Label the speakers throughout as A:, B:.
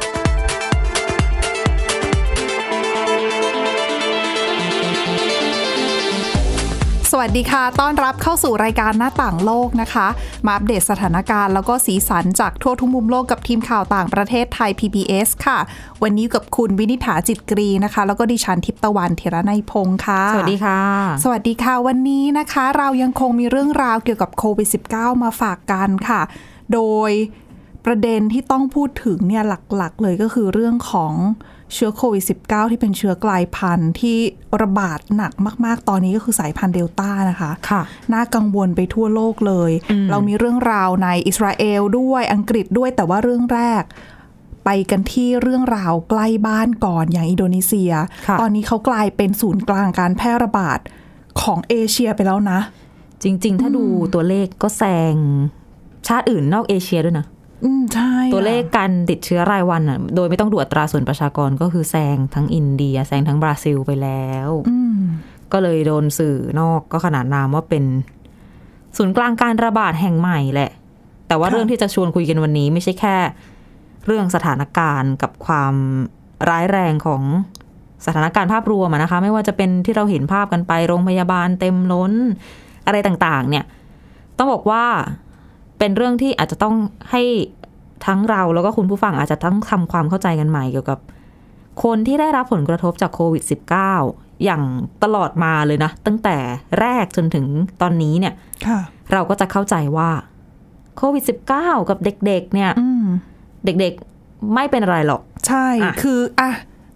A: สวัสดีค่ะ ต้อนรับเข้าสู่รายการหน้าต่างโลกนะคะ มาอัปเดตสถานการณ์แล้วก็สีสันจากทั่วทุกมุมโลกกับทีมข่าวต่างประเทศไทย PBS ค่ะ วันนี้อยู่กับคุณวินิษฐาจิตกรีนะคะ แล้วก็ดิฉันทิพย์ตะวันเทระนยพงค์ค่ะ
B: สวัสดีค่ะ
A: สวัสดีค่ะ วันนี้นะคะ เรายังคงมีเรื่องราวเกี่ยวกับโควิด -19 มาฝากกันค่ะ โดยประเด็นที่ต้องพูดถึงเนี่ยหลักๆ เลยก็คือเรื่องของเชื้อโควิด -19 ที่เป็นเชื้อกลายพันธุ์ที่ระบาดหนักมาก ๆ ตอนนี้ก็คือสายพันธุ์เดลต้านะคะ
B: ค่ะ
A: น่ากังวลไปทั่วโลกเลย เรามีเรื่องราวในอิสราเอลด้วยอังกฤษด้วยแต่ว่าเรื่องแรก ไปกันที่เรื่องราวใกล้บ้านก่อนอย่างอินโดนีเซีย
B: ค่ะ
A: ตอนนี้เขากลายเป็นศูนย์กลางการแพร่ระบาดของเอเชียไปแล้วนะ
B: จริง ๆ ถ้าดูตัวเลขก็แซงชาติอื่นนอกเอเชียด้วยนะ
A: อืมใช่
B: ตัวเลขการติดเชื้อรายวันอ่ะ โดยไม่ต้องดูอัตราส่วนประชากรก็คือแซงทั้งอินเดีย แซงทั้งบราซิลไปแล้ว
A: อืม
B: ก็เลยโดนสื่อนอกก็ขนานนามว่าเป็น ศูนย์กลางการระบาดแห่งใหม่แหละ แต่ว่าเรื่องที่จะชวนคุยกันวันนี้ไม่ใช่แค่ เรื่องสถานการณ์กับความร้ายแรงของสถานการณ์ภาพรวมอะนะคะ ไม่ว่าจะเป็นที่เราเห็นภาพกันไปโรงพยาบาลเต็มล้น อะไรต่างๆ เนี่ย ต้องบอกว่าเป็นเรื่องที่อาจจะต้องให้ทั้งเราแล้วก็คุณผู้ฟังอาจจะต้องทำความเข้าใจกันใหม่เกี่ยวกับ คนที่ได้รับผลกระทบจากโควิด -19 อย่างตลอดมาเลยนะ ตั้งแต่แรกจนถึงตอนนี้เนี่ย
A: ค่ะ
B: เราก็จะเข้าใจว่าโควิด -19 กับเด็กๆ เนี่ย
A: อืม
B: เด็กๆไม่เป็นอะไรหรอก
A: ใช่
B: อ่ะ
A: คืออ่ะ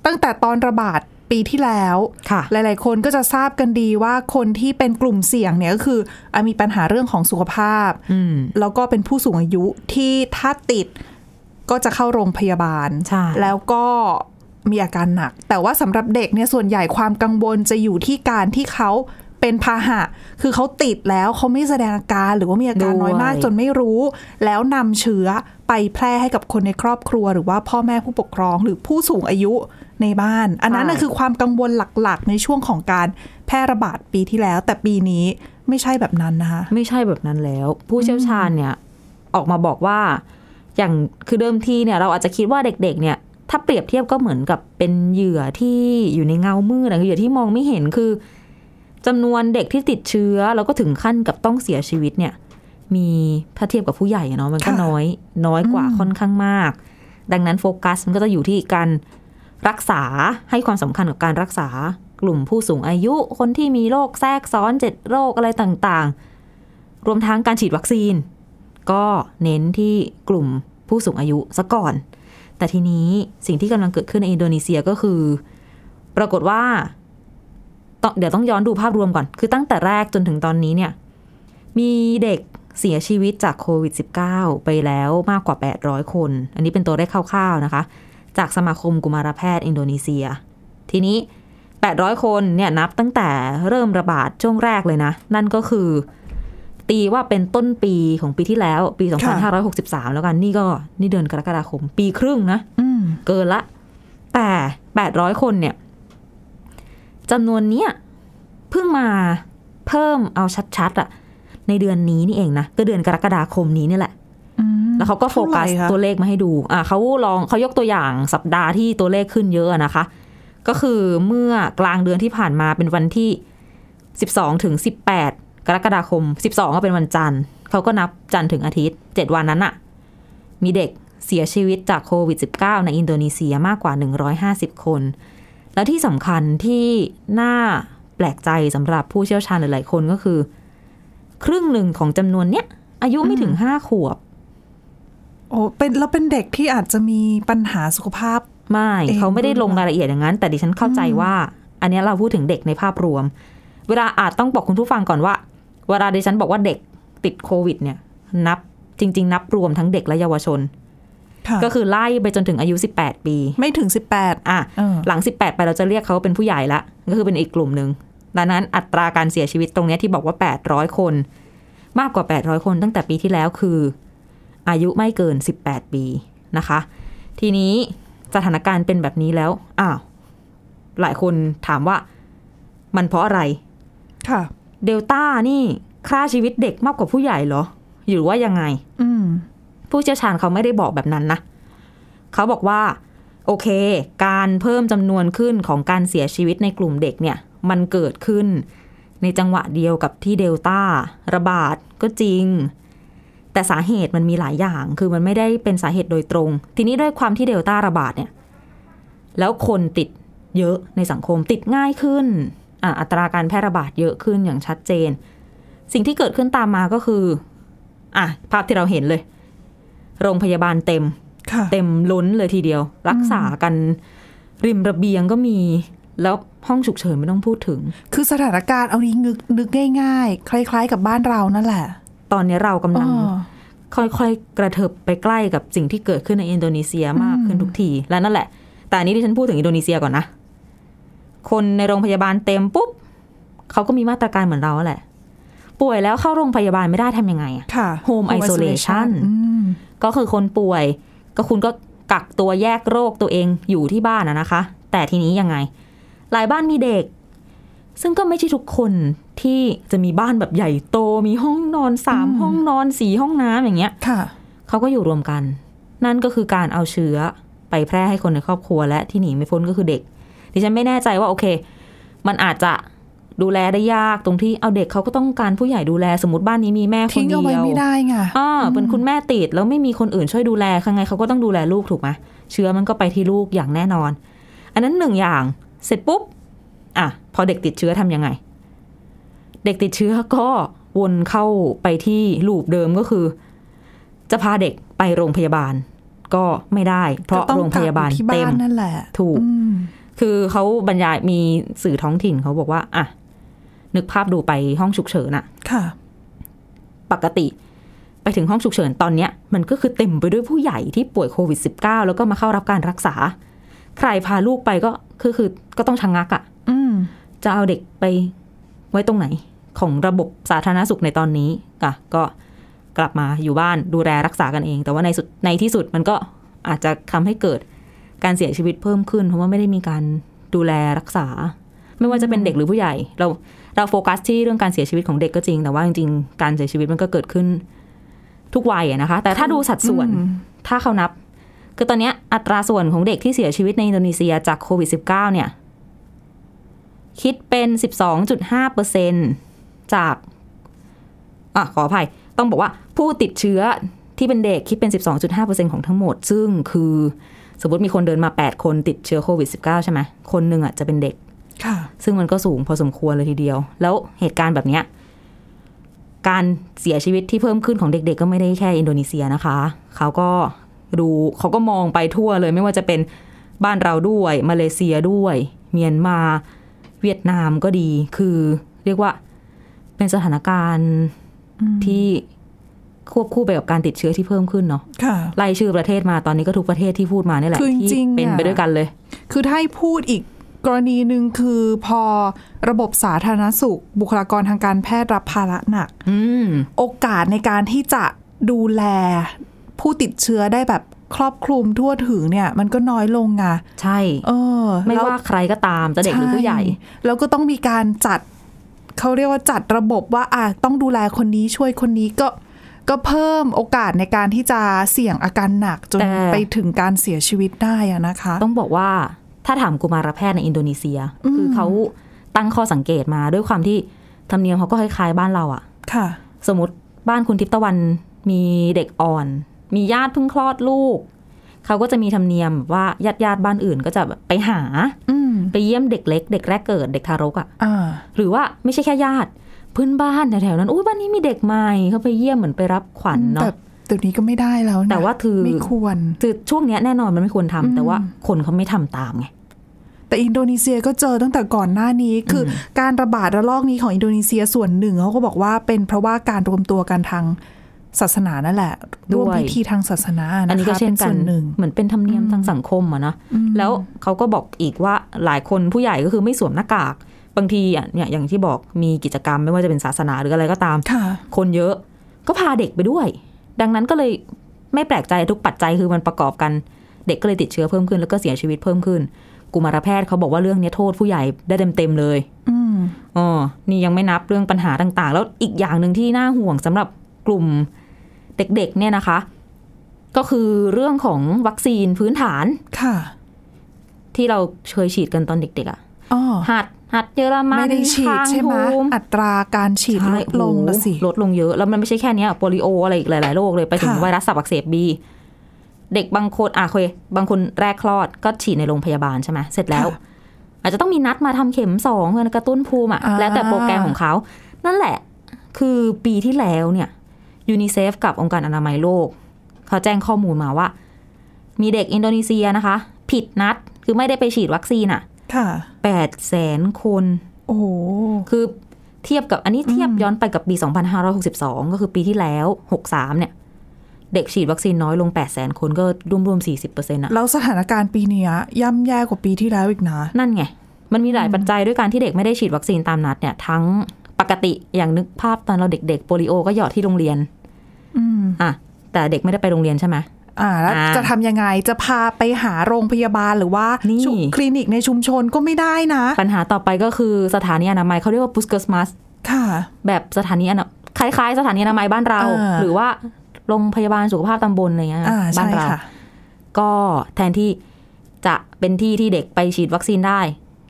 A: ตั้งแต่ตอนระบาดปีที่แล้ว
B: ค่ะ
A: หลาย ๆ คนก็จะทราบกันดีว่าคนที่เป็นกลุ่มเสี่ยงเนี่ยก็คืออะมีปัญหาเรื่องของสุขภาพ
B: อืม
A: แล้วก็เป็นผู้สูงอายุที่ถ้าติดก็จะเข้าโรงพยาบาล
B: ใช่
A: แล้วก็มีอาการหนัก แต่ว่าสำหรับเด็กเนี่ยส่วนใหญ่ความกังวลจะอยู่ที่การที่เขาเป็นพาหะ คือเขาติดแล้วเขาไม่แสดงอาการหรือว่ามีอาการน้อยมากจนไม่รู้ แล้วนำเชื้อไปแพร่ให้กับคนในครอบครัว หรือว่าพ่อแม่ผู้ปกครองหรือผู้สูงอายุในบ้าน อันนั้นน่ะ
B: ใช่
A: คือความกังวลหลักๆ ในช่วงของการแพร่ระบาดปีที่แล้ว แต่ปีนี้ไม่ใช่แบบนั้นนะคะ
B: ไม่ใช่แบบนั้นแล้ว ผู้เชี่ยวชาญเนี่ย ออกมาบอกว่า อย่างคือเดิมทีเนี่ย เราอาจจะคิดว่าเด็ก ๆ เนี่ย ถ้าเปรียบเทียบก็เหมือนกับเป็นเหยื่อที่อยู่ในเงามืดนะคือเหยื่อที่มองไม่เห็นคือจำนวนเด็กที่ติดเชื้อ แล้วก็ถึงขั้นกับต้องเสียชีวิตเนี่ย มีถ้าเทียบกับผู้ใหญ่อะเนาะมันก็
A: ค่ะ
B: น้อย น้อยกว่าค่อนข้างมาก ดังนั้นโฟกัสมันก็จะอยู่ที่การรักษาให้ความสำคัญกับการรักษากลุ่มผู้สูงอายุ คนที่มีโรคแทรกซ้อนเจ็ดโรคอะไรต่างๆ รวมทั้งการฉีดวัคซีน ก็เน้นที่กลุ่มผู้สูงอายุซะก่อน แต่ทีนี้สิ่งที่กำลังเกิดขึ้นในอินโดนีเซียก็คือ ปรากฏว่าต้องเดี๋ยวต้องย้อนดูภาพรวมก่อน คือตั้งแต่แรกจนถึงตอนนี้เนี่ย มีเด็กเสียชีวิตจากโควิด -19 ไปแล้วมากกว่า 800 คน อันนี้เป็นตัวเลขคร่าวๆนะคะ จากสมาคมกุมารแพทย์อินโดนีเซีย ทีนี้ 800 คนเนี่ยนับตั้งแต่เริ่มระบาดช่วงแรกเลยนะ นั่นก็คือ ตีว่าเป็นต้นปีของปีที่แล้วปี
A: ค่ะ
B: 2563 แล้วกัน นี่ก็นี่เดือนกรกฎาคม ปีครึ่งนะ
A: อืม
B: เกินละ แต่ 800 คนเนี่ยจำนวนเนี้ยเพิ่งมาเพิ่มเอาชัดๆอะในเดือนนี้นี่เองนะ ก็เดือนกรกฎาคมนี้นี่แหละ
A: อืม
B: แล้วเขาก็โฟกัส
A: เท่าไหร่คะ
B: ตัวเลขมาให้ดู อ่ะเขาลองเขายกตัวอย่างสัปดาห์ที่ตัวเลขขึ้นเยอะนะคะ ก็คือเมื่อกลางเดือนที่ผ่านมาเป็นวันที่ 12 ถึง 18 กรกฎาคม 12 ก็เป็นวันจันทร์ เขาก็นับจันทร์ถึงอาทิตย์ 7 วันนั้นอะมีเด็กเสียชีวิตจากโควิด -19 ในอินโดนีเซียมากกว่า 150 คน แล้วที่สำคัญที่น่าแปลกใจสำหรับผู้เชี่ยวชาญหลายๆคนก็คือ ครึ่งหนึ่งของจำนวนเนี้ยอายุไม่ถึงห้าขวบ
A: โอ้เป็นแล้วเป็นเด็กที่อาจจะมีปัญหาสุขภาพ
B: ไม่
A: เอ๊ะ
B: เขาไม่ได้ลงรายละเอียดอย่างนั้น แต่ดิฉันเข้าใจว่า อันเนี้ยเราพูดถึงเด็กในภาพรวม เวลาอาจต้องบอกคุณผู้ฟังก่อนว่า เวลาดิฉันบอกว่าเด็กติดโควิด เนี่ย นับจริง ๆ นับรวมทั้งเด็กและเยาวชน
A: ะ
B: ก็คือไล่ไปจนถึงอายุ 18 ปี
A: ไม่ถึง 18
B: อ่ะ
A: เออ
B: หลัง 18 ไปเราจะเรียกเขาว่าเป็นผู้ใหญ่ละก็คือเป็นอีกกลุ่มหนึ่งดังนั้นอัตราการเสียชีวิตตรงเนี้ยที่บอกว่า 800 คน มากกว่า 800 คนตั้งแต่ปีที่แล้วคือ อายุไม่เกิน 18 ปีนะคะ ทีนี้สถานการณ์เป็นแบบนี้แล้ว อ้าว หลายคนถามว่ามันเพราะอะไร
A: ค่ะ
B: เดลต้านี่ฆ่าชีวิตเด็กมากกว่าผู้ใหญ่เหรอ หรือว่ายังไง
A: อืม
B: ผู้เชี่ยวชาญเขาไม่ได้บอกแบบนั้นนะ เขาบอกว่า โอเค การเพิ่มจำนวนขึ้นของการเสียชีวิตในกลุ่มเด็กเนี่ย มันเกิดขึ้น ในจังหวะเดียวกับที่เดลต้าระบาดก็จริง แต่สาเหตุมันมีหลายอย่าง คือมันไม่ได้เป็นสาเหตุโดยตรง ทีนี้ด้วยความที่เดลต้าระบาดเนี่ย แล้วคนติดเยอะในสังคมติดง่ายขึ้นอ่ะอัตราการแพร่ระบาดเยอะขึ้นอย่างชัดเจน สิ่งที่เกิดขึ้นตามมาก็คือ อ่ะภาพที่เราเห็นเลย โรงพยาบาลเต็ม
A: ค่ะ
B: เต็มล้นเลยทีเดียว รักษากันริมระเบียงก็มี แล้วห้องฉุกเฉินไม่ต้องพูดถึง
A: คือสถานการณ์เอานี้นึกนึกง่าย ๆ คล้าย ๆ กับบ้านเรานั่นแหละ
B: ตอนนี้เรากำลัง
A: อ้อ
B: ค่อยๆ กระเถิบไปใกล้กับสิ่งที่เกิดขึ้นในอินโดนีเซียมากขึ้นทุกที และนั่นแหละ แต่อันนี้ที่ฉันพูดถึงอินโดนีเซียก่อนนะ คนในโรงพยาบาลเต็มปุ๊บเขาก็มีมาตรการเหมือนเราแหละ ป่วยแล้วเข้าโรงพยาบาลไม่ได้ทำยังไงอะ
A: ค่ะ
B: Home
A: Home isolation
B: isolation
A: อืม
B: ก็คือคนป่วยก็คุณก็กักตัวแยกโรคตัวเองอยู่ที่บ้านอะนะคะ แต่ทีนี้ยังไง หลายบ้านมีเด็ก ซึ่งก็ไม่ใช่ทุกคนที่จะมีบ้านแบบใหญ่โตมีห้องนอนสามห้องนอนสี่ห้องน้ำอย่างเงี้ย
A: ค่ะ
B: เขาก็อยู่รวมกัน นั่นก็คือการเอาเชื้อไปแพร่ให้คนในครอบครัวและที่หนีไม่พ้นก็คือเด็ก ดิฉันไม่แน่ใจว่าโอเค มันอาจจะดูแลได้ยากตรงที่เอาเด็กเขาก็ต้องการผู้ใหญ่ดูแลสมมติบ้านนี้มีแม่คน
A: ทิ้ง
B: เดียว
A: เอาไว้ไม่ได้ไง
B: อ่าเป็นคุณแม่ติดแล้วไม่มีคนอื่นช่วยดูแลยังไงเขาก็ต้องดูแลลูกถูกไหมเชื้อมันก็ไปที่ลูกอย่างแน่นอน อันนั้นหนึ่งอย่างเสร็จปุ๊บอ่ะพอเด็กติดเชื้อทำยังไง เด็กติดเชื้อก็วนเข้าไปที่ลูปเดิมก็คือ จะพาเด็กไปโรงพยาบาล ก็ไม่ได้ เพราะ
A: ก็ต้อง
B: โรงพยาบาล
A: กักอที่
B: เต็ม
A: บ้านนั่นแหละ
B: ถูก
A: อืม
B: คือเขาบรรยายมีสื่อท้องถิ่นเขาบอกว่าอ่ะนึกภาพดูไปห้องฉุกเฉินอะ
A: ค่ะ
B: ปกติ ไปถึงห้องฉุกเฉินตอนเนี้ยมันก็คือเต็มไปด้วยผู้ใหญ่ที่ป่วยโควิด -19 แล้วก็มาเข้ารับการรักษา ใครพาลูกไปก็คือคือก็ต้องชะงงักอะ่ะ
A: อืม
B: จะเอาเด็กไปไว้ตรงไหน ของระบบสาธารณสุขในตอนนี้อ่ะก็กลับมาอยู่บ้านดูแลรักษากันเอง แต่ว่าในสุดในที่สุดมันก็อาจจะทำให้เกิดการเสียชีวิตเพิ่มขึ้น เพราะว่าไม่ได้มีการดูแลรักษา ไม่ว่าจะเป็นเด็กหรือผู้ใหญ่ เราเราโฟกัสที่เรื่องการเสียชีวิตของเด็กก็จริง แต่ว่าจริงๆการเสียชีวิตมันก็เกิดขึ้นทุกวัยอะนะคะ แต่ถ้าดูสัดส่วน
A: อืม
B: ถ้าเขานับ คือตอนเนี้ยอัตราส่วนของเด็กที่เสียชีวิตในอินโดนีเซียจากโควิด -19 เนี่ย คิดเป็น 12.5เปอร์เซ็นจากอ่ะขออภัย ต้องบอกว่าผู้ติดเชื้อที่เป็นเด็กคิดเป็น 12.5เปอร์เซ็นของทั้งหมด ซึ่งคือสมมติมีคนเดินมา 8 คนติดเชื้อโควิด -19 ใช่ไหมคนหนึ่งอ่ะจะเป็นเด็ก
A: ค่ะ
B: ซึ่งมันก็สูงพอสมควรเลยทีเดียว แล้วเหตุการณ์แบบเนี้ยการเสียชีวิตที่เพิ่มขึ้นของเด็กๆ ก็ไม่ได้แค่อินโดนีเซียนะคะ เขาก็ดูเขาก็มองไปทั่วเลยไม่ว่าจะเป็นบ้านเราด้วย มาเลเซียด้วย เมียนมา เวียดนามก็ดี คือเรียกว่าเป็นสถานการณ์ที่ควบคู่ไปกับการติดเชื้อที่เพิ่มขึ้นเนาะ
A: ค่ะ
B: ไล่ชื่อประเทศมาตอนนี้ก็ทุกประเทศที่พูดมาเนี่ยแหละ
A: คือจริ
B: ที่
A: งๆ
B: เป็น
A: อะ
B: ไปด้วยกันเลย
A: คือถ้าให้พูดอีกกรณีหนึ่งคือพอระบบสาธารณสุข บุคลากรทางการแพทย์รับภาระหนัก
B: อืม
A: โอกาสในการที่จะดูแลผู้ติดเชื้อได้แบบครอบคลุมทั่วถึงเนี่ย มันก็น้อยลงไง
B: ใช่
A: เออ
B: ไม่
A: แล้ว
B: ว่าใครก็ตามจะเด็กหรือผู้ใหญ่
A: ช่แล้วก็ต้องมีการจัดเขาเรียกว่าจัดระบบว่าอ่ะต้องดูแลคนนี้ช่วยคนนี้ก็ ก็เพิ่มโอกาสในการที่จะเสี่ยงอาการหนักจน
B: แต่
A: ไปถึงการเสียชีวิตได้อะนะคะ
B: ต้องบอกว่าถ้าถามกุมารแพทย์ในอินโดนีเซีย คือเขาตั้งข้อสังเกตมาด้วยความที่ธรรมเนียมเขาก็คล้ายๆบ้านเราอะ
A: ค่ะ
B: สมมติบ้านคุณทิพย์ตะวันมีเด็กอ่อน มีญาติเพิ่งคลอดลูก เขาก็จะมีธรรมเนียมว่าญาติญาติๆบ้านอื่นก็จะแบบไปหา
A: อืม
B: ไปเยี่ยมเด็กเล็ก เด็กแรกเกิดเด็กทารกอะ
A: อ่า
B: หรือว่าไม่ใช่แค่ญาติเพื่อนบ้านแถวๆนั้นอุ้ยบ้านนี้มีเด็กใหม่เขาไปเยี่ยมเหมือนไปรับขวัญเนาะ
A: แต่เดี๋ยวนี้ก็ไม่ได้แล้วนะ
B: แต่ว่าคือ
A: ไม่ควร
B: คือช่วงเนี้ยแน่นอนมันไม่ควรทำแต่ว่าคนเขาไม่ทำตามไง
A: แต่อินโดนีเซียก็เจอตั้งแต่ก่อนหน้านี้ คืออการระบาดระลอกนี้ของอินโดนีเซียส่วนหนึ่งเขาก็บอกว่าเป็นเพราะว่าการรวมตัวกันทางศาสนานั่นแหละร่วม
B: ด้วย
A: พิธีทางศาสนาะคะ
B: อันนี้ก็เช่นกั
A: ป็
B: น
A: ส่วหนึ่ง
B: เหมือนเป็นธรรมเนียมทางสังคมอะนะแล้วเขาก็บอกอีกว่าหลายคนผู้ใหญ่ก็คือไม่สวมหน้ากาก บางทีอะเนี่ยอย่างที่บอกมีกิจกรรมไม่ว่าจะเป็นศาสนาหรืออะไรก็ตาม
A: ค่ะ
B: คนเยอะก็พาเด็กไปด้วย ดังนั้นก็เลยไม่แปลกใจทุกปัจจัยคือมันประกอบกัน เด็กก็เลยติดเชื้อเพิ่มขึ้นแล้วก็เสียชีวิตเพิ่มขึ้น กุมารแพทย์เขาบอกว่าเรื่องเนี้ยโทษผู้ใหญ่ได้เต็มๆเลย
A: อืม
B: อ๋อนี่ยังไม่นับเรื่องปัญหาต่างๆ แล้วอีกอย่างหนึ่งที่น่าห่วงสำหรับกลุ่มเด็กๆเนี่ยนะคะ ก็คือเรื่องของวัคซีนพื้นฐาน
A: ค่ะ
B: ที่เราเคยฉีดกันตอนเด็กๆอะ
A: อ๋อ
B: หัดหัดเยอรมัน
A: ไม่ได้ฉีด
B: คาง
A: ใช่ไหม
B: ทูม
A: อัตราการฉีดลดลงละสิ
B: ลดลงเยอะ แล้วมันไม่ใช่แค่เนี้ยโปลิโออะไรอีกหลาย ๆ โรคเลย ไปถึง
A: ค่ะ
B: ไวรัสตับอักเสบบี เด็กบางคนอ่ะโอเคบางคนแรกคลอดก็ฉีดในโรงพยาบาลใช่ไหมเสร็จแล้ว อาจจะต้องมีนัดมาทำเข็มสองเพื่อกระตุ้นภูมิอ่ะ
A: อ่า
B: แล้วแต่โปรแกรมของเขา นั่นแหละ คือปีที่แล้วเนี่ยยูนิเซฟกับองค์การอนามัยโลก เขาแจ้งข้อมูลมาว่า มีเด็กอินโดนีเซียนะคะ ผิดนัดคือไม่ได้ไปฉีดวัคซีนอ่ะ
A: ค่ะ
B: แปดแสนคน
A: โอ้โห
B: คือเทียบกับอันนี้เทียบย้อนไปกับปี 2562 ก็คือปีที่แล้ว 63 เนี่ย เด็กฉีดวัคซีนน้อยลง 800,000 คนก็รวมๆ 40%อนะ
A: แล้วสถานการณ์ปีเนี้ยย่ำแย่กว่าปีที่แล้วอีกนะ
B: นั่นไง มันมีหลายปัจจัยด้วยการที่เด็กไม่ได้ฉีดวัคซีนตามนัดเนี่ย ทั้งปกติอย่างนึกภาพตอนเราเด็กๆ โปลิโอก็หยอดที่โรงเรียน
A: อืม
B: อ่ะแต่เด็กไม่ได้ไปโรงเรียนใช่ไหม
A: อ่าแล้ว
B: อ่า
A: จะทำยังไงจะพาไปหาโรงพยาบาลหรือว่า
B: นี่
A: ชุมคลินิกในชุมชนก็ไม่ได้นะ
B: ปัญหาต่อไปก็คือสถานีอนามัยเขาเรียกว่า p u s k e r m a s
A: ค่ะ
B: แบบสถานีอนาคล้ายๆ สถานีอนามัยบ้านเรา
A: อ่า
B: หรือว่าโรงพยาบาลสุขภาพตำบลอะไรเงี้ย
A: อ่า
B: บ้า
A: ใช่
B: นเรา
A: ค่ะ
B: ก็แทนที่จะเป็นที่ที่เด็กไปฉีดวัคซีนได้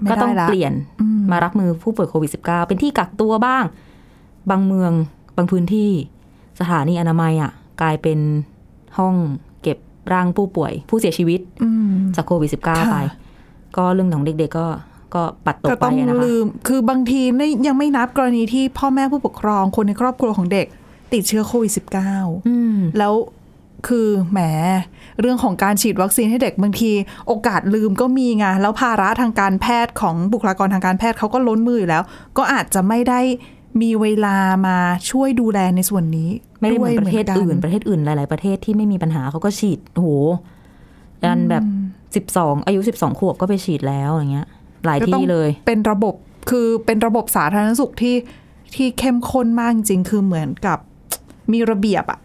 A: ไม่ได้
B: ก็ต้อง
A: ละ
B: เปลี่ยน
A: อืม
B: มารับมือผู้ป่วยโควิด -19 เป็นที่กักตัวบ้าง บางเมืองบางพื้นที่ สถานีอนามัยอ่ะ กลายเป็นห้องเก็บร่างผู้ป่วย ผู้เสียชีวิต
A: อืม
B: จากโควิด -19
A: ค่ะ
B: ไป ก็เรื่องของเด็กๆก็ก็ปัดตก
A: ก็
B: ไป
A: ต้อง
B: นะคะ
A: ลืม คือบางทีนี่ยังไม่นับกรณีที่พ่อแม่ผู้ปกครองคนในครอบครัวของเด็ก ติดเชื้อโควิด -19
B: อืม
A: แล้วคือแหมเรื่องของการฉีดวัคซีนให้เด็กบางทีโอกาสลืมก็มีไงแล้วภาระทางการแพทย์ของบุคลากรทางการแพทย์เขาก็ล้นมืออยู่แล้ว ก็อาจจะไม่ได้มีเวลามาช่วยดูแลในส่วนนี้
B: ไม่ได้เหมือน
A: ด้
B: ป
A: วย
B: ระเทศอื่น ประเทศอื่นหลาย ๆ ประเทศที่ไม่มีปัญหาเขาก็ฉีดโอ้โหยันแบบสิบสองอายุสิบสองขวบก็ไปฉีดแล้วอย่างเงี้ย หลาย
A: ก็ต้อ
B: ที่
A: ง
B: เลย
A: เป็นระบบคือเป็นระบบสาธารณสุขที่ที่เข้มข้นมากจริงคือเหมือนกับมีระเบียบอะ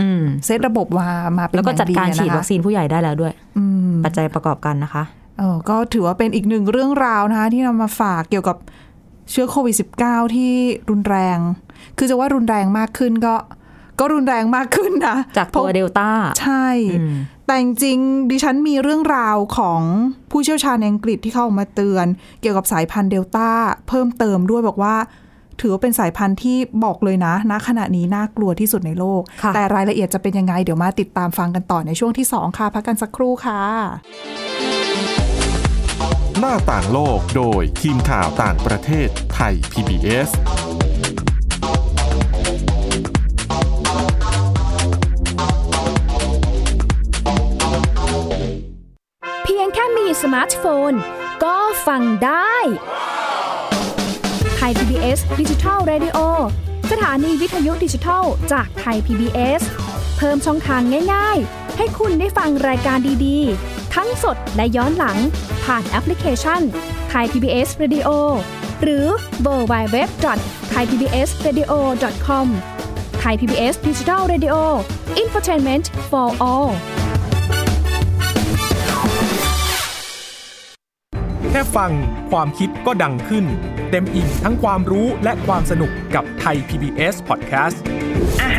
B: อืม
A: เซตระบบมามาเป็น
B: แล้วก็จัดการ
A: อย่ง
B: ฉีด
A: นะคะ
B: วัคซีนผู้ใหญ่ได้แล้วด้วย
A: อืม
B: ปัจจัยประกอบกันนะคะ
A: เออก็ถือว่าเป็นอีกหนึ่งเรื่องราวนะคะที่นำมาฝากเกี่ยวกับเชื้อโควิด -19 ที่รุนแรง คือจะว่ารุนแรงมากขึ้นก็ ก็รุนแรงมากขึ้นนะ
B: จากตัวเดลต้า
A: ใช่
B: อืม
A: แต่จริงๆดิฉันมีเรื่องราวของผู้เชี่ยวชาญในอังกฤษที่เข้าออกมาเตือน เกี่ยวกับสายพันธุ์เดลต้าเพิ่มเติมด้วยบอกว่า ถือว่าเป็นสายพันธุ์ที่บอกเลยนะณขณะนี้น่ากลัวที่สุดในโลก
B: ค่ะ
A: แต่รายละเอียดจะเป็นยังไง เดี๋ยวมาติดตามฟังกันต่อในช่วงที่ 2 ค่ะ พักกันสักครู่ค่ะ
C: หน้าต่างโลกโดยทีมข่าวต่างประเทศไทย PBS
D: เพียงแค่มีสมาร์ทโฟน ก็ฟังได้ไทย PBS ดิจิทัล Radio สถานีวิทยุดิจิทัลจากไทย PBS เพิ่มช่องทางง่ายๆ ให้คุณได้ฟังรายการดีๆ ทั้งสดและย้อนหลัง ผ่านแอปพลิเคชันไทย PBS Radio หรือเวอร์ไบเว็บไทยพีบีเอสเรดิโอคอมไทยพีบีเอสดิจิทัลเรดิโออินฟอร์ทนเมนต์ for all
E: แค่ฟังความคิดก็ดังขึ้น เต็มอิ่งทั้งความรู้และความสนุกกับไทย PBS Podcast
F: อาห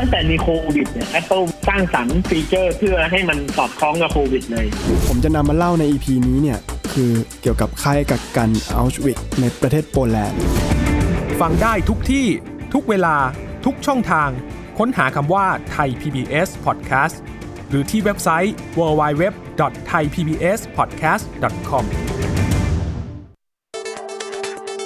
G: ตั้งแต่มีโควิดเนี่ย Apple สร้างสรรค์ฟีเจอร์เพื่อให้มันสอดคล้องกับโควิดเลย
H: ผมจะนำมาเล่าใน EP นี้เนี่ย คือเกี่ยวกับค่ายกักกันอัลชวิกในประเทศโปแลนด์
E: ฟังได้ทุกที่ ทุกเวลา ทุกช่องทาง ค้นหาคำว่าไทย PBS Podcast หรือที่เว็บไซต์ www.thaipbspodcast.com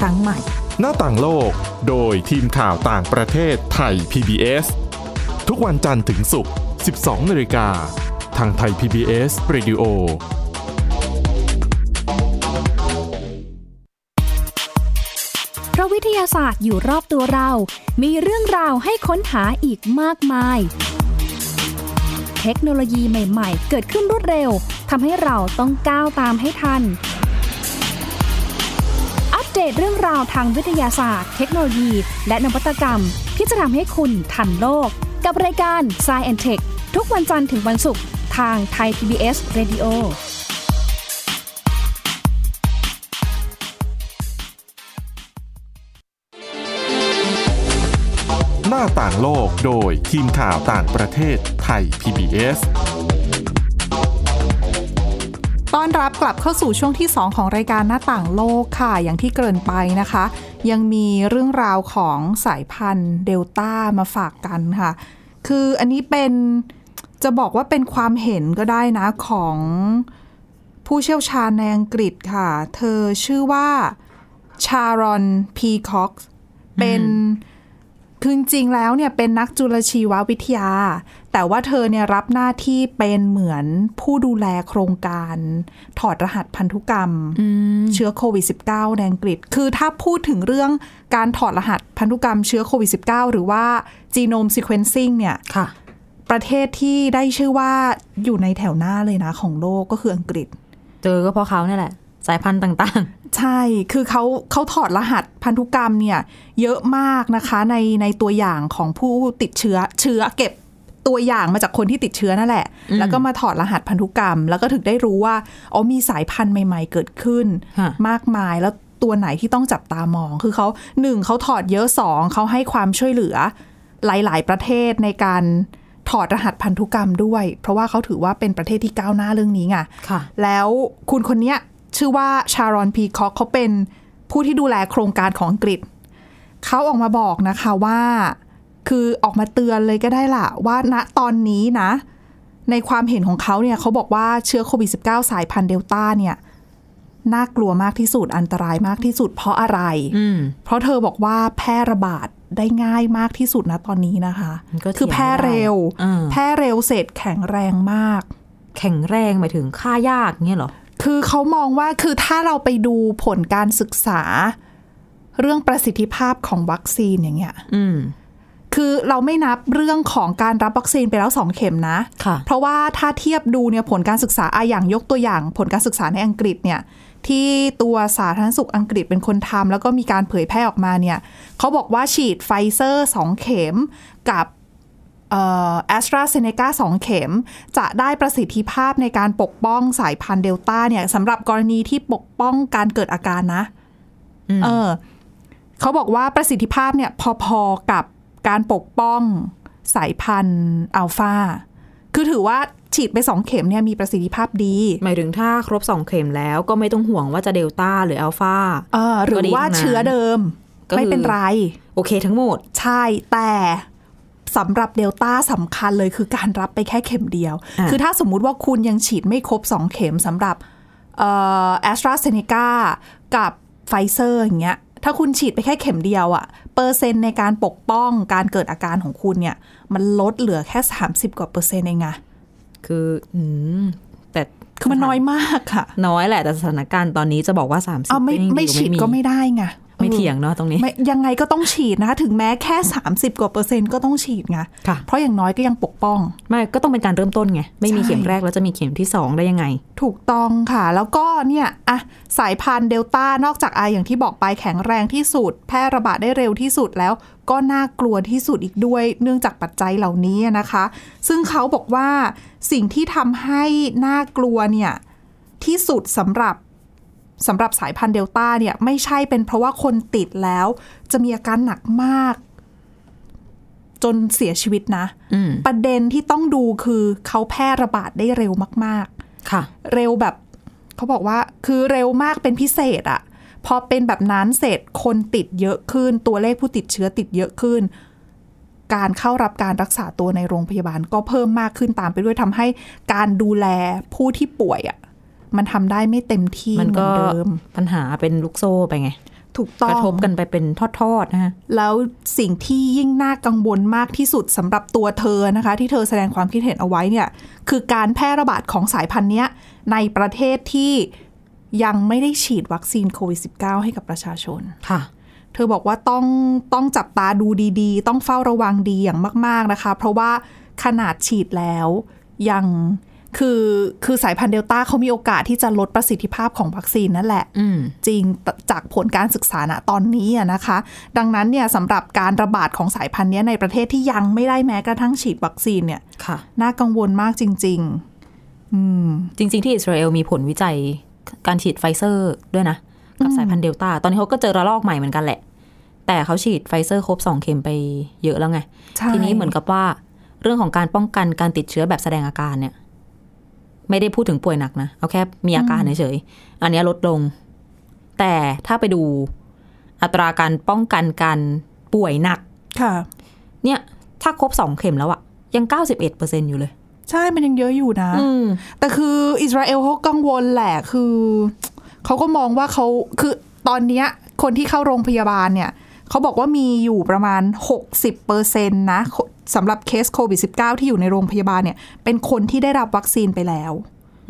B: ครั้งใหม่
C: หน้าต่างโลก โดยทีมข่าวต่างประเทศไทย PBS ทุกวันจันทร์ถึงศุกร์ 12นาฬิกา ทางไทย PBS Radio
D: เพราะวิทยาศาสตร์อยู่รอบตัวเรา มีเรื่องราวให้ค้นหาอีกมากมาย เทคโนโลยีใหม่ๆ เกิดขึ้นรวดเร็ว ทำให้เราต้องก้าวตามให้ทัน อัปเดตเรื่องราวทางวิทยาศาสตร์ เทคโนโลยี และนวัตกรรม ที่จะทำให้คุณทันโลก กับรายการ s c i e n t e c h ทุกวันจันทร์ถึงวันศุกร์ ทางไทย PBS Radio
C: หน้าต่างโลกโดยทีมข่าวต่างประเทศไทย PBS
A: ต้อนรับกลับเข้าสู่ช่วงที่ 2 ของรายการหน้าต่างโลกค่ะ อย่างที่เกริ่นไปนะคะ ยังมีเรื่องราวของสายพันธุ์เดลต้ามาฝากกันค่ะ คืออันนี้เป็นจะบอกว่าเป็นความเห็นก็ได้นะของผู้เชี่ยวชาญในอังกฤษค่ะ เธอชื่อว่าชารอนพีคอกเป็น คือจริงๆแล้วเนี่ยเป็นนักจุลชีววิทยา แต่ว่าเธอเนี่ยรับหน้าที่เป็นเหมือนผู้ดูแลโครงการ ถอดรหัสพันธุกรรม เชื้อโควิด -19 ในอังกฤษ คือถ้าพูดถึงเรื่องการถอดรหัสพันธุกรรมเชื้อโควิด -19 หรือว่าจีโนมซีเควนซิงเนี่ยประเทศที่ได้ชื่อว่าอยู่ในแถวหน้าเลยนะของโลกก็คืออังกฤษ
B: เจอก็เพราะเขาเนี่ยแหละ สายพันธุ์ต่าง
A: ๆ ใช่ คือเขาเขาถอดรหัสพันธุกรรมเนี่ยเยอะมากนะคะในในตัวอย่างของผู้ติดเชื้อเชื้อเก็บตัวอย่างมาจากคนที่ติดเชื้อนั่นแหละ
B: อืม
A: แล้วก็มาถอดรหัสพันธุกรรม แล้วก็ถึงได้รู้ว่าอ๋อมีสายพันธุ์ใหม่ ๆ เกิดขึ้น
B: ฮะ
A: มากมายแล้วตัวไหนที่ต้องจับตามอง คือเขาหนึ่งเขาถอดเยอะสองเขาให้ความช่วยเหลือหลาย ๆ ประเทศในการถอดรหัสพันธุกรรมด้วย เพราะว่าเขาถือว่าเป็นประเทศที่ก้าวหน้าเรื่องนี้ไง
B: ค่ะ
A: แล้วคุณคนเนี้ยชื่อว่าชารอนพีคอกเขาเป็นผู้ที่ดูแลโครงการของอังกฤษ เขาออกมาบอกนะคะว่า คือออกมาเตือนเลยก็ได้ล่ะ ว่าณตอนนี้นะ ในความเห็นของเขาเนี่ยเขาบอกว่าเชื้อโควิด -19 สายพันธุ์เดลต้าเนี่ย น่ากลัวมากที่สุดอันตรายมากที่สุดเพราะอะไร
B: อืม
A: เพราะเธอบอกว่าแพร่ระบาดได้ง่ายมากที่สุดนะตอนนี้นะคะ
B: มันก็เถียงไม่ได้
A: คือแพร่เร็ว
B: อ่า
A: แพร่เร็วเสร็จแข็งแรงมาก
B: แข็งแรงหมายถึงค่ายากเงี้ยเหรอ
A: คือเขามองว่าคือถ้าเราไปดูผลการศึกษา เรื่องประสิทธิภาพของวัคซีนอย่างเงี้ย
B: อืม
A: คือเราไม่นับเรื่องของการรับวัคซีนไปแล้วสองเข็มนะ
B: ค่ะ
A: เพราะว่าถ้าเทียบดูเนี่ยผลการศึกษาอะอย่างยกตัวอย่าง ผลการศึกษาในอังกฤษเนี่ยที่ตัวสาธารณสุขอังกฤษเป็นคนทำแล้วก็มีการเผยแพร่ออกมาเนี่ยเขาบอกว่าฉีดไฟเซอร์ 2 เข็มกับแอสตราเซเนกาสองเข็ม จะได้ประสิทธิภาพในการปกป้องสายพันธุ์เดลต้าเนี่ยสำหรับกรณีที่ปกป้องการเกิดอาการนะ เออเขาบอกว่าประสิทธิภาพเนี่ยพอๆกับการปกป้องสายพันธุ์อัลฟา คือถือว่าฉีดไปสองเข็มเนี่ยมีประสิทธิภาพดี
B: หมายถึงถ้าครบสองเข็มแล้วก็ไม่ต้องห่วงว่าจะเดลต้าหรืออัลฟา
A: เออหรือว่าเชื้อเดิม
B: ก็คือ
A: ไม่เป็นไร
B: โอเคทั้งหมด
A: ใช่แต่สำหรับเดลต้าสำคัญเลยคือการรับไปแค่เข็มเดียว
B: อ่ะ
A: คือถ้าสมมุติว่าคุณยังฉีดไม่ครบ 2 เข็มสำหรับแอสตราเซเนกากับไฟเซอร์อย่างเงี้ยถ้าคุณฉีดไปแค่เข็มเดียวอะเปอร์เซ็นต์ในการปกป้องการเกิดอาการของคุณเนี่ย มันลดเหลือแค่ 30 กว่าเปอร์เซ็นต์เองอะ
B: คืออืมแต่
A: คือมันน้อยมากค่ะ
B: น้อยแหละแต่สถานการณ์ตอนนี้จะบอกว่า 30
A: เอาไม่
B: ก็ยัง
A: ไม่ฉีดก็ไม่ได้ไงอ
B: ไม่
A: อ
B: เถียงเนาะตรงนี้
A: ไม่ยังไงก็ต้องฉีดนะคะ ถึงแม้แค่ 30 กว่าเปอร์เซ็นต์ก็ต้องฉีดไง
B: ค่ะ
A: เพราะอย่างน้อยก็ยังปกป้อง
B: ไม่ก็ต้องเป็นการเริ่มต้นไง ไม่มี
A: ใช่
B: เข็มแรกแล้วจะมีเข็มที่ 2 ได้ยังไง
A: ถูกต้องค่ะ แล้วก็เนี่ยอะสายพันธุ์เดลต้านอกจากอาอย่างที่บอกไปแข็งแรงที่สุด แพร่ระบาดได้เร็วที่สุดแล้ว ก็น่ากลัวที่สุดอีกด้วย เนื่องจากปัจจัยเหล่านี้นะคะ ซึ่งเขาบอกว่าสิ่งที่ทำให้น่ากลัวเนี่ยที่สุดสำหรับสำหรับสายพันธุ์เดลต้าเนี่ยไม่ใช่เป็นเพราะว่าคนติดแล้ว จะมีอาการหนักมาก จนเสียชีวิตนะ ประเด็นที่ต้องดูคือเขาแพร่ระบาดได้เร็วมาก
B: ๆ ค่ะ
A: เร็วแบบเขาบอกว่าคือเร็วมากเป็นพิเศษอะพอเป็นแบบนั้นเสร็จคนติดเยอะขึ้น ตัวเลขผู้ติดเชื้อติดเยอะขึ้น การเข้ารับการรักษาตัวในโรงพยาบาลก็เพิ่มมากขึ้นตามไปด้วยทำให้การดูแลผู้ที่ป่วยอะมันทำได้ไม่เต็มที่
B: มัน
A: เหมื
B: ก็
A: อนเดิม
B: ปัญหาเป็นลูกโซ่ไปไง
A: ถูกต้อง
B: กระทบกันไปเป็นทอดๆนะฮะ
A: แล้วสิ่งที่ยิ่งน่ากังวลมากที่สุดสำหรับตัวเธอนะคะ ที่เธอแสดงความคิดเห็นเอาไว้เนี่ย คือการแพร่ระบาดของสายพันธุ์เนี้ยในประเทศที่ยังไม่ได้ฉีดวัคซีนโควิด -19 ให้กับประชาชน
B: ค่ะ
A: เธอบอกว่าต้องต้องจับตาดูดีๆ ต้องเฝ้าระวังดีอย่างมาก ๆนะคะ เพราะว่าขนาดฉีดแล้วยังคือคือสายพันธุ์เดลต้าเขามีโอกาสที่จะลดประสิทธิภาพของวัคซีนนั่นแหละ
B: อืม
A: จริงจากผลการศึกษาณตอนนี้อะนะคะ ดังนั้นเนี่ยสำหรับการระบาดของสายพันธุ์เนี้ยในประเทศที่ยังไม่ได้แม้กระทั่งฉีดวัคซีนเนี่ย
B: ค่ะ
A: น่ากังวลมากจริง ๆ อืม
B: จริง ๆ ที่อิสราเอลมีผลวิจัยการฉีดไฟเซอร์ด้วยนะ กับ
A: อืม
B: สายพันธุ์เดลต้า ตอนนี้เขาก็เจอระลอกใหม่เหมือนกันแหละ แต่เขาฉีดไฟเซอร์ครบ 2 เข็มไปเยอะแล้วไง
A: ใช่
B: ทีนี้เหมือนกับว่าเรื่องของการป้องกันการติดเชื้อแบบแสดงอาการเนี่ย ไม่ได้พูดถึงป่วยหนักนะ เอาแค่มีอาการเฉยๆ อันเนี้ยลดลง แต่ถ้าไปดูอัตราการป้องกันการป่วยหนัก
A: ค่ะ
B: เนี่ย ถ้าครบสองเข็มแล้วอะยัง 91%อยู่เลย
A: ใช่มันยังเยอะอยู่นะ
B: อืม
A: แต่คืออิสราเอลเขากังวลแหละคือ เขาก็มองว่าเขาคือตอนเนี้ยคนที่เข้าโรงพยาบาลเนี่ยเขาบอกว่ามีอยู่ประมาณ 60เปอร์เซ็นต์นะสำหรับเคสโควิด -19 ที่อยู่ในโรงพยาบาลเนี่ย เป็นคนที่ได้รับวัคซีนไปแล้ว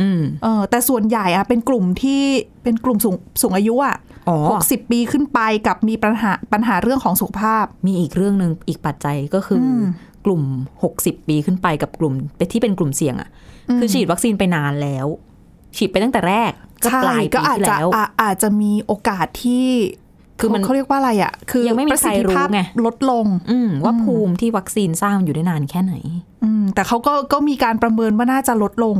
B: อืม
A: เออแต่ส่วนใหญ่อะเป็นกลุ่มที่เป็นกลุ่มสูงสูงอายุอะ
B: อ๋อ
A: หกสิบปีขึ้นไปกับมีปัญหาปัญหาเรื่องของสุขภาพ
B: มีอีกเรื่องหนึ่งอีกปัจจัยก็คืออ
A: ม
B: กลุ่ม 60 ปีขึ้นไปกับกลุ่มที่เป็นกลุ่มเสี่ยงอะ่ะ
A: อืม
B: คือฉีดวัคซีนไปนานแล้ว ฉีดไปตั้งแต่แรก ก็ปลายปี
A: ก็อาจ
B: ที่
A: จะ
B: แล้ว
A: อ่ะอาจจะมีโอกาสที่
B: คือมัน
A: เขาเรียกว่าอะไรอะคือ
B: ยังไม่มี
A: ประสิทธิ
B: ใครรู้
A: ภาพ
B: ไง
A: ลดลง
B: อืมว่าภูมิที่วัคซีนสร้างอยู่ได้นานแค่ไหน
A: อืมแต่เขาก็ก็มีการประเมินว่าน่าจะลดลง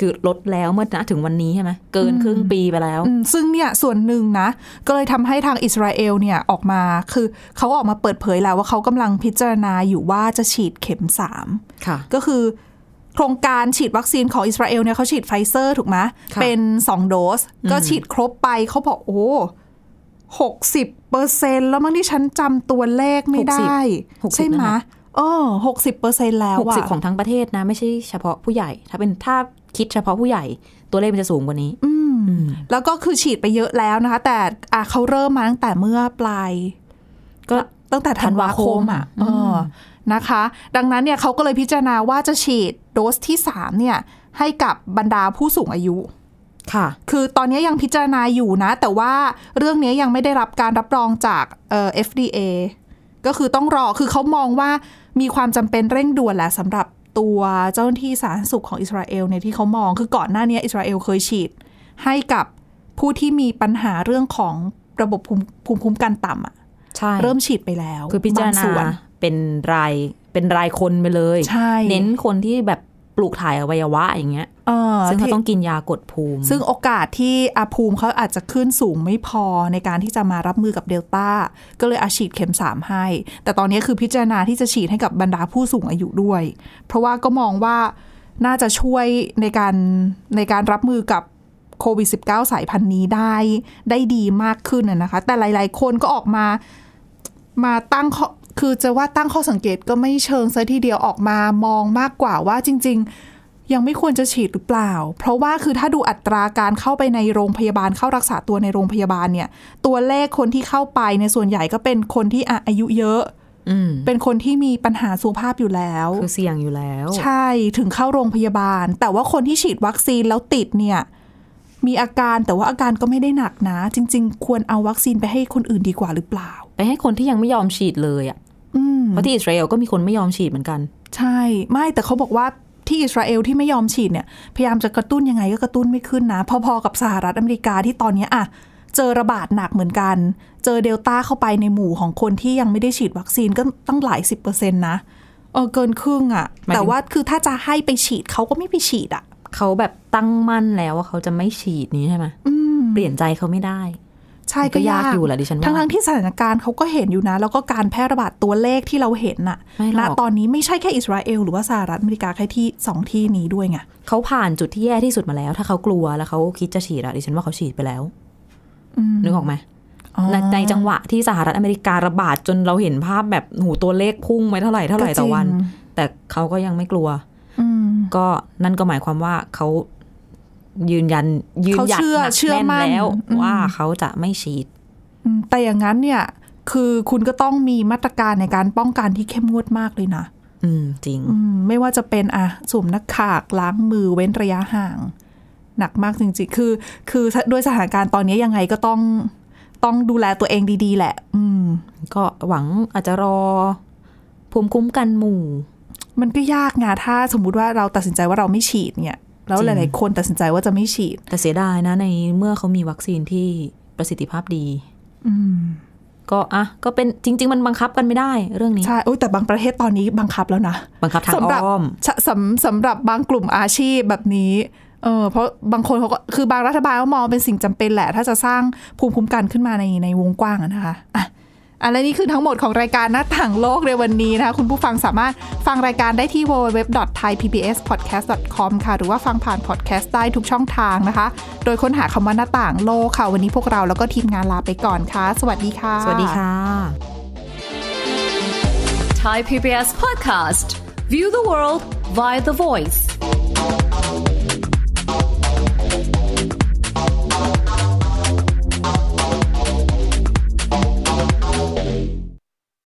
B: คือลดแล้วเมื่อณถึงวันนี้ใช่ไหมเกินครึ่งปีไปแล้ว
A: อืมซึ่งเนี่ยส่วนหนึ่งนะ ก็เลยทำให้ทางอิสราเอลเนี่ยออกมาคือเขาออกมาเปิดเผยแล้วว่าเขากำลังพิจารณาอยู่ว่าจะฉีดเข็มสาม
B: ค่ะ
A: ก็คือโครงการฉีดวัคซีนของอิสราเอลเนี่ยเขาฉีดไฟเซอร์ถูกไหม
B: ค่ะ
A: เป็น 2 โดส
B: อืม
A: ก็ฉีดครบไปเขาบอกโอ้หกสิบเปอร์เซ็นแล้วมั้งที่ฉันจำตัวเลขไม่ได้
B: 60
A: ใช่ไหม
B: นั่นน่ะ
A: เออหกสิบเปอร์เซ็นแล้ว
B: หก
A: อะ
B: สิบของทั้งประเทศนะ ไม่ใช่เฉพาะผู้ใหญ่ ถ้าเป็นถ้าคิดเฉพาะผู้ใหญ่ ตัวเลขมันจะสูงกว่านี้
A: อืม
B: อืม
A: แล้วก็คือฉีดไปเยอะแล้วนะคะ แต่อ่ะเขาเริ่มมาตั้งแต่เมื่อปลาย
B: ก็
A: ตั้งแต่ธันวาคมอ่ะ
B: ธันวาคม
A: เออนะคะ ดังนั้นเนี่ยเขาก็เลยพิจารณาว่าจะฉีดโดสที่สามเนี่ย ให้กับบรรดาผู้สูงอายุ
B: ค่ะ
A: คือตอนนี้ยังพิจารณาอยู่นะ แต่ว่าเรื่องนี้ยังไม่ได้รับการรับรองจากเอ่อ FDA ก็คือต้องรอคือเขามองว่ามีความจำเป็นเร่งด่วนแหละสำหรับตัวเจ้าหน้าที่สาธารณสุขของอิสราเอลเนี่ยที่เขามองคือก่อนหน้านี้อิสราเอลเคยฉีด ให้กับผู้ที่มีปัญหาเรื่องของระบบภูมิภูมิคุ้มกันต่ำอะ
B: ใช่
A: เริ่มฉีดไปแล้ว
B: คือพิจาร
A: บง
B: ณา
A: ส่วน
B: เป็นรายเป็นรายคนไปเลย
A: ใช่
B: เน้นคนที่แบบปลูกถ่ายอวัยวะอย่างเงี้ย
A: เออ
B: ซึ่งเขาต้องกินยากดภูมิ
A: ซึ่งโอกาสที่อาภูมิเขาอาจจะขึ้นสูงไม่พอในการที่จะมารับมือกับเดลต้า ก็เลยอาฉีดเข็ม 3 ให้ แต่ตอนนี้คือพิจารณาที่จะฉีดให้กับบรรดาผู้สูงอายุด้วย เพราะว่าก็มองว่าน่าจะช่วยในการในการรับมือกับโควิด -19 สายพันธุ์นี้ได้ได้ดีมากขึ้นนะนะคะ แต่หลาย ๆ คนก็ออกมา มาตั้งข้อคือจะว่าตั้งข้อสังเกตก็ไม่เชิงซะทีเดียวออกมามองมากกว่าว่าจริง ๆ ยังไม่ควรจะฉีดหรือเปล่า เพราะว่าคือถ้าดูอัตราการเข้าไปในโรงพยาบาลเข้ารักษาตัวในโรงพยาบาลเนี่ย ตัวเลขคนที่เข้าไปในยส่วนใหญ่ก็เป็นคนที่อ่ะอายุเยอะ
B: อืม
A: เป็นคนที่มีปัญหาสุขภาพอยู่แล้ว
B: คือเสี่ยงอยู่แล้ว
A: ใช่ถึงเข้าโรงพยาบาล แต่ว่าคนที่ฉีดวัคซีนแล้วติดเนี่ย มีอาการแต่ว่าอาการก็ไม่ได้หนักนะ จริง ๆ ควรเอาวัคซีนไปให้คนอื่นดีกว่าหรือเปล่า
B: ไปให้คนที่ยังไม่ยอมฉีดเลยอ่ะ
A: อืม
B: เพราะที่อิสราเอลก็มีคนไม่ยอมฉีดเหมือนกัน
A: ใช่ ไม่แต่เขาบอกว่าที่อิสราเอลที่ไม่ยอมฉีดเนี่ย พยายามจะกระตุ้นยังไงก็กระตุ้นไม่ขึ้นนะ พอๆกับสหรัฐอเมริกาที่ตอนเนี้ยอะเจอระบาดหนักเหมือนกัน เจอเดลต้าเข้าไปในหมู่ของคนที่ยังไม่ได้ฉีดวัคซีนก็ตั้งหลายสิบเปอร์เซ็นต์นะเออเกินครึ่งอะ
B: หมายถึง
A: แต่ว่าคือถ้าจะให้ไปฉีดเขาก็ไม่ไปฉีดอะ
B: เขาแบบตั้งมั่นแล้วว่าเขาจะไม่ฉีดนี้ใช่ไหม
A: อืม
B: เปลี่ยนใจเขาไม่ได้
A: ใช่
B: มันก็ยากอยู่แหละดิฉันว่า
A: ทั้งทั้งๆที่สถานการณ์เขาก็เห็นอยู่นะ แล้วก็การแพร่ระบาดตัวเลขที่เราเห็นน่ะ
B: ไม่หร
A: ณ
B: อก
A: ตอนนี้ไม่ใช่แค่อิสราเอลหรือว่าสหรัฐอเมริกาแค่ที่สองที่นี้ด้วยไง
B: เขาผ่านจุดที่แย่ที่สุดมาแล้ว ถ้าเขากลัวแล้วเขาคิดจะฉีดอะดิฉันว่าเขาฉีดไปแล้ว
A: อืม
B: นึกออกไหมในในจังหวะที่สหรัฐอเมริการะบาดจนเราเห็นภาพแบบหูตัวเลขพุ่งไปเท่าไหร่เท่าไหร่
A: ก็จริง
B: ต่อวัน แต่เขาก็ยังไม่กลัว
A: อืม
B: ก็นั่นก็หมายความว่าเขายืนยันยืน
A: เขา
B: หยัด
A: เชื่อ
B: หนัก
A: เชื่อ
B: แน่น
A: มั่น
B: แล้ว
A: อืม
B: ว่าเขาจะไม่ฉีด
A: อืมแต่อย่างนั้นเนี่ย คือคุณก็ต้องมีมาตรการในการป้องกันที่เข้มงวดมากเลยนะ
B: อืมจริง
A: อืมไม่ว่าจะเป็นอ่ะสวมหน้ากากล้างมือเว้นระยะห่าง หนักมากจริงๆ คือ คือด้วยสถานการณ์ตอนนี้ยังไงก็ต้องต้องดูแลตัวเองดีๆ แหละ อืม
B: ก็หวังอาจจะรอภูมิคุ้มกันหมู่
A: มันก็ยากไงถ้าสมมุติว่าเราตัดสินใจว่าเราไม่ฉีดเนี่ย แล้ว
B: จริ
A: ห
B: ง
A: ลายๆคนตัดสินใจว่าจะไม่ฉีด
B: แต่เสียดายนะในเมื่อเขามีวัคซีนที่ประสิทธิภาพดี
A: อืม
B: ก็อ่ะก็เป็นจริง ๆ มันบังคับกันไม่ได้เรื่องนี้
A: ใช่โอ้ยแต่บางประเทศตอนนี้บังคับแล้วนะ
B: บังคับทาง
A: สำหรับ
B: อ้อม
A: สสำสำหรับบางกลุ่มอาชีพแบบนี้เออเพราะบางคนเขาก็คือบางรัฐบาลก็มองเป็นสิ่งจำเป็นแหละ ถ้าจะสร้างภูมิคุ้มกันขึ้นมาในในวงกว้างอะนะคะอ่ะอันนี้คือทั้งหมดของรายการหน้าต่างโลกในวันนี้นะคะคุณผู้ฟังสามารถฟังรายการได้ที่ www.thaipbspodcast.com ค่ะ หรือว่าฟังผ่านพอดแคสต์ได้ทุกช่องทางนะคะ โดยค้นหาคำว่าหน้าต่างโลกค่ะ วันนี้พวกเราแล้วก็ทีมงานลาไปก่อนค่ะ สวัสดีค่ะ
B: สวัสดีค่ะ
I: Thai PBS podcast. View the world via the voice.